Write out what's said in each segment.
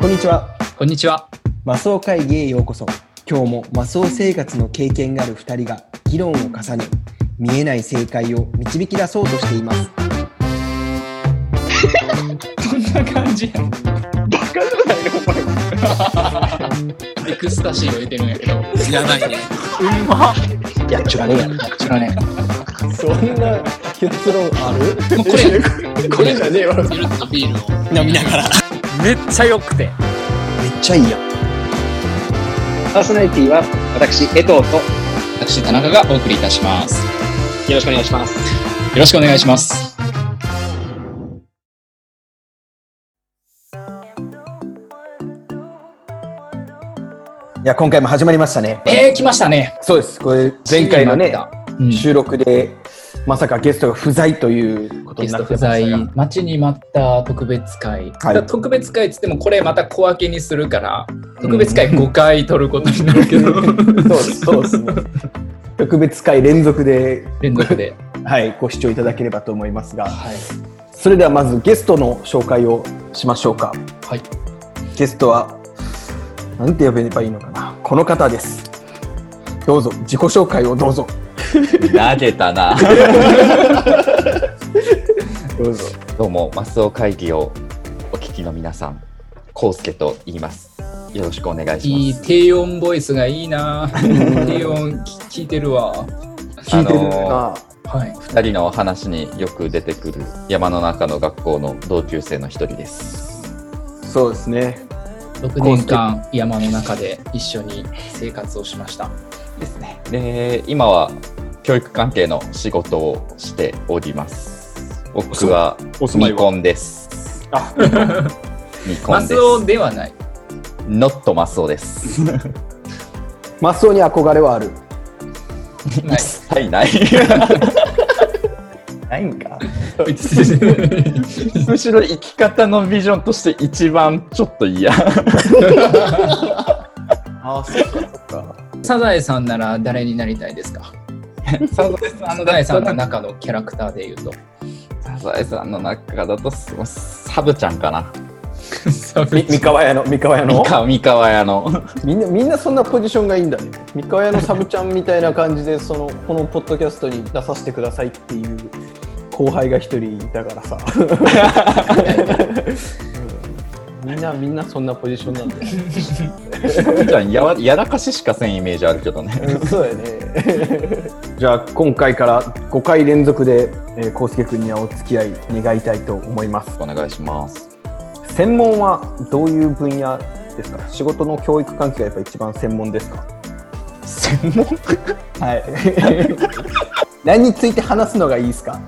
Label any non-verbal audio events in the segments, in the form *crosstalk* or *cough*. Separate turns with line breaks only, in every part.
こんにちは。
こんにちは。
マスオ会議へようこそ。今日もマスオ生活の経験がある2人が議論を重ね、見えない正解を導き出そうとしています。
こんな感じやん。エクスタシーを入れてるんやけど。
いらないね。
やっちゅらねや。
知らね
そんな結論ある
もうこれ、
*laughs* これじゃねえわ。
ゆるっとビールを。
飲みながら。
めっちゃ良くて
めっちゃいいやん。
パーソナリティは私、江藤とよ
私、田中がお送りいたします。よ
ろしくお願いします。
ろしくお願いします。
いや、今回も始まりましたね。
えー、来ましたね。
そうです。これ、前回のね、
うん、
収録で、まさかゲストが不在ということ
ゲ
に
ス
な
ト
ってま
不
したが
在、待ちに待った特別会。ただ特別会っつっても、これまた小分けにするから、特別会5回取ることになるけど、
*laughs* そうです、そうですね。特別会連続で、
連続で。
はい、ご視聴いただければと思いますが、
はい。
それではまずゲストの紹介をしましょうか。
はい。
ゲストは、なんて呼べばいいのかな。この方です。どうぞ、自己紹介をどうぞ。
投げたな。
どうぞ。
どうも、マスオ会議をお聞きの皆さん、コウスケと言います。よろしくお願い
い
し
い
ます。
低音ボイスがいいな。低音き聞いてるわ。
聞いてるな、
あの
はい。
二人のお話によく出てくる山の中の学校の同級生の一人です。
そうですね。
6年間山の中で一緒に生活をしました。
ですね。で、今は教育関係の仕事をしております。僕は
お
未婚です。
あ
未
マ
婚で
スオ
す。
ではない。
ノットマスオです。
マスオに憧れはある。
*laughs*
ない。
はい、ない。
ないんか。
むしろ生き方のビジョンとして一番ちょっと嫌。
ああ、そっかそっか。
サザエさんなら誰になりたいですか
サザエさ
サザエさんの中のキャラクターで言うと。
サザエさんの中だとそサブちゃんかな。
み三河屋の、三河屋の
三。河三河屋の。
みんな、みんなそんなポジションがいいんだね。三河屋のサブちゃんみたいな感じで、その、このポッドキャストに出させてくださいっていう後輩が一人いたから *laughs* さ。うんみんな、みんなそんなポジションなんだよ。
サブちゃんやわやらかししかせんイメージあるけどね。
うんそうだよ *laughs* ね。じゃあ、今回から5回連続で、えー、康介君にはお付き合い願いたいと思います。
お願いします。
専門はどういう分野ですか仕事の教育関係がやっぱ一番専門ですか
専門
はい。
*laughs*
何について話すのがいいですか。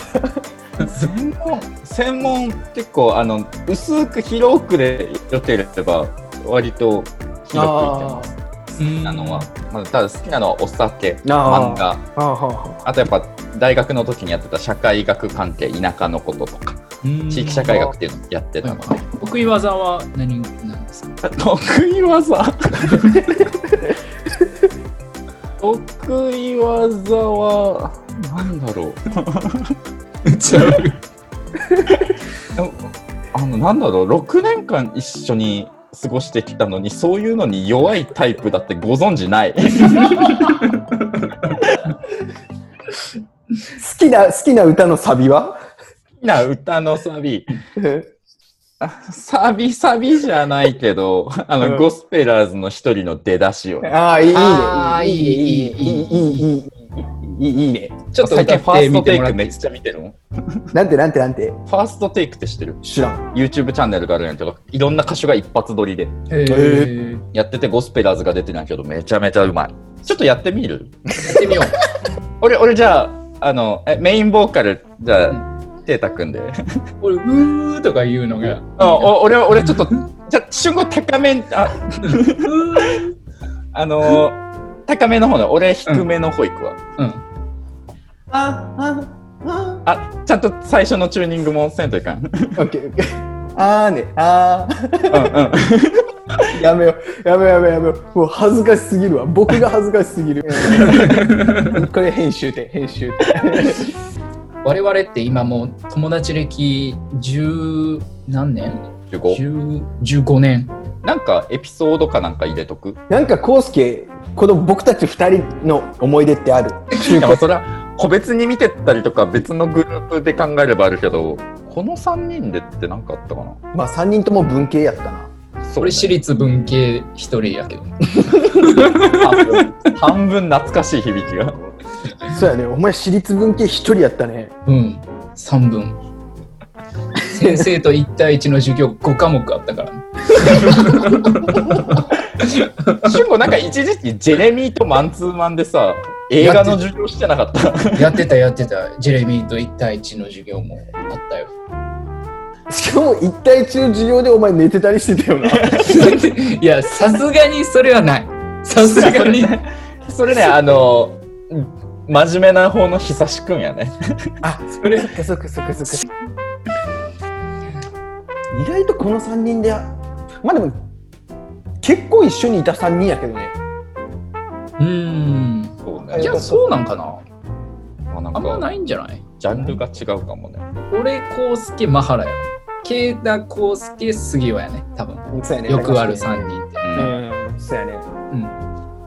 専門専門結構あの薄く広くで予定れば割と広くいけます。あのは、まあ、ただ好きなのはお酒、
あー
漫画。
ああは
あとやっぱ大学の時にやってた社会学関係田舎のこととか地域社会学っていうのやってたので
得意技は何なんです *laughs* か
*laughs* 得意技得意技はなんだろう *laughs* でもあのなんだろう6年間一緒に過ごしてきたのにそういうのに弱いタイプだってご存じない
好きな好きな歌のサビは？
な歌のサビあサビサビじゃないけど、あ
うん
の、ゴスペラーズの一人の出だしを、ね、
ああいいね
あーいい
いいいいいいいいいいいいいいね。
ちょっと
最近フ
歌
ァ
っ
ー
て
スト
み
テ
て
イ
もらって
クめ
いい
っちゃ見てるもん。
なんてなんてなんて。
ファーストテイクって知ってる
知らん。
?YouTube チャンネルがあるんやけど、いろんな歌手が一発撮りで
えーや
やっててゴスペラーズが出てないけど、めちゃめちゃうまい。ちょっとやってみる
ってみよう。
俺、俺じゃあ、あの、えメインボーカル、じゃあ、テータ君で。
俺、うーとか言うのが。
あお俺、俺ちょっと、じゃあ、瞬後高め、 *laughs* あ、あの、高めの方の、俺低めの方行くわ。
うん。
ああ
あ、ちゃんと最初のチューニングもせんといかん。うん
あ。オッケーオッケー。ああねあ
*laughs* うん。
あやめようやめようやめようやめようもう恥ずかしすぎるわ僕が恥ずかしす *laughs* ぎるこれ編集点編集点
我々って今もう友達歴十何年
15。
十15年
なんかエピソードかなんか入れとく
なんかコウスケこの僕たち二人の思い出ってある中
でも
古
それは個別に見てたりとか別のグループで考えればあるけどこの3人でって何かあったかな
まあ3人とも文系やったな
そ
俺私立文系一人やけど。
半分半分懐かしい響きが
そうやねお前私立文系一人やったね
うん。3分。 *laughs* 先生と1対1の授業5科目あったからね。
結構なんか一時期ジェレミーとマンツーマンでさ映画の授業してなかった
やってたやってた。ジェレミーと1対1の授業もあったよ。 *laughs*
しかも一対一の授業でお前寝てたりしてたよな
いや、さすがにそれはない。さすがに。
それねあの真面目な方の久しくんやね
*laughs* あそれそっかそっかそっかそっか意外とこの3人でまあでも結構一緒にいた3人やけどね
うん。
そう
い
い
や
や、そうなんかな。
まあなん
あんま
か
ないんじゃない
ジャンルが違うかもね
俺、コウスケ、マハラやろ。ケイタ、コウスケ、杉尾やね。多分。
そうやね
よくある
確かに
3人って。
うん
うんそうやね
うん。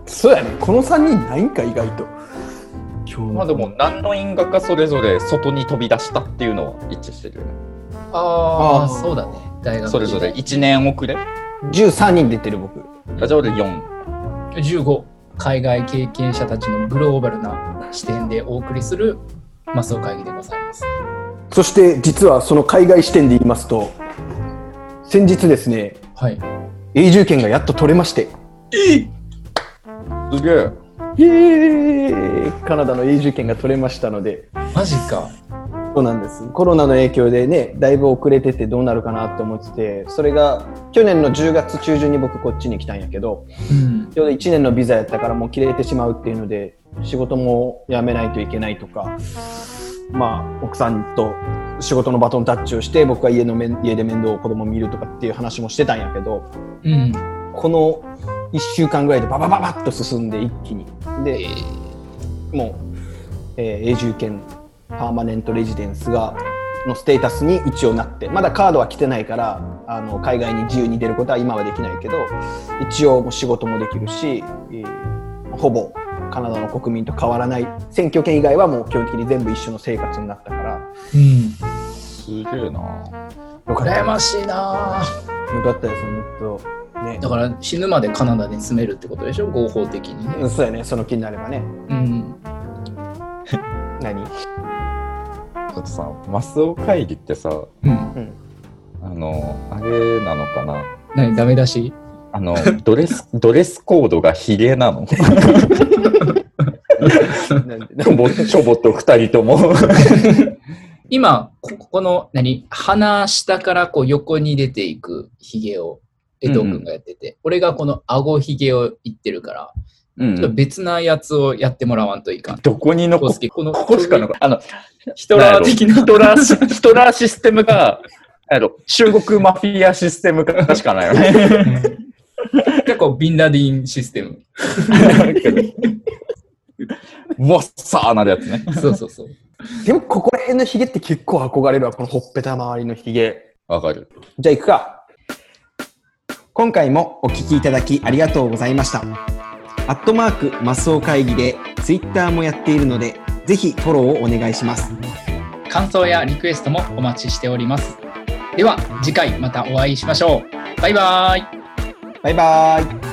そうやねこの3人ないんか意外と今
まあでも何の因果かそれぞれ外に飛び出したっていうのは一致してるよね。
あ
あー
あ、そうだね。大学
それぞれ1年遅れ。あ
13人出てる僕
じゃあ俺4。
15海外経験者たちのグローバルな視点でお送りするマスオ会議でございます。
そして実はその海外視点で言いますと先日ですね
はい。
永住権がやっと取れまして
すげえ。
イエーイカナダの永住権が取れましたので
マジか。
そうなんですコロナの影響でねだいぶ遅れててどうなるかなと思っててそれが去年の10月中旬に僕こっちに来たんやけど
うん。
ちょうど1年のビザやったからもう切れてしまうっていうので仕事も辞めないといけないとかまあ奥さんと仕事のバトンタッチをして僕は家の面家で面倒を子供見るとかっていう話もしてたんやけど
うん。
この1週間ぐらいでババババッと進んで一気にでもう、えー永住権パーマネントレジデンスがのステータスに一応なってまだカードは来てないからあの海外に自由に出ることは今はできないけど一応もう仕事もできるし、えーほぼカナダの国民と変わらない選挙権以外はもう基本的に全部一緒の生活になったから
うん。
すげえな。
よかった
羨
よ
ましいなぁ
かったです本当ね
だから死ぬまでカナダに住めるってことでしょ合法的に
う
ね。
んそうやねその気になればね
うん。
何 *laughs*
ちょっとさ、マスオ会議ってさ、
うん。
あの、あれなのかな。
何ダメだし
あ *laughs* の、ドレス、ドレスコードがヒゲなの。ち
なんで
ょぼ、ちょぼと2人とも。
今、こここの、何鼻下からこう横に出ていくヒゲを、江藤君がやってて、俺がこの顎ヒゲを言ってるから、
う
ちょっと
ん。
別なやつをやってもらわんといかん。
どこに残
コウ
っ
スケこの
ここしか残っあの、
ヒトラー的な
ヒ。トラー *laughs* シ、ヒトラーシステムが、あの、中国マフィアシステムかしかないよね。 *laughs*
結構ビンラディンシステム。
もっさーなるやつね。
そうそうそう。
でもここら辺のヒゲって結構憧れるわこのほっぺた周りのヒゲ
わかる。
じゃあ行くか。今回もお聞きいただきありがとうございました。アットマークマスオ会議でツイッターもやっているので、ぜひフォローをお願いします。
感想やリクエストもお待ちしております。では次回またお会いしましょう。バイバイ。
バイバーイ。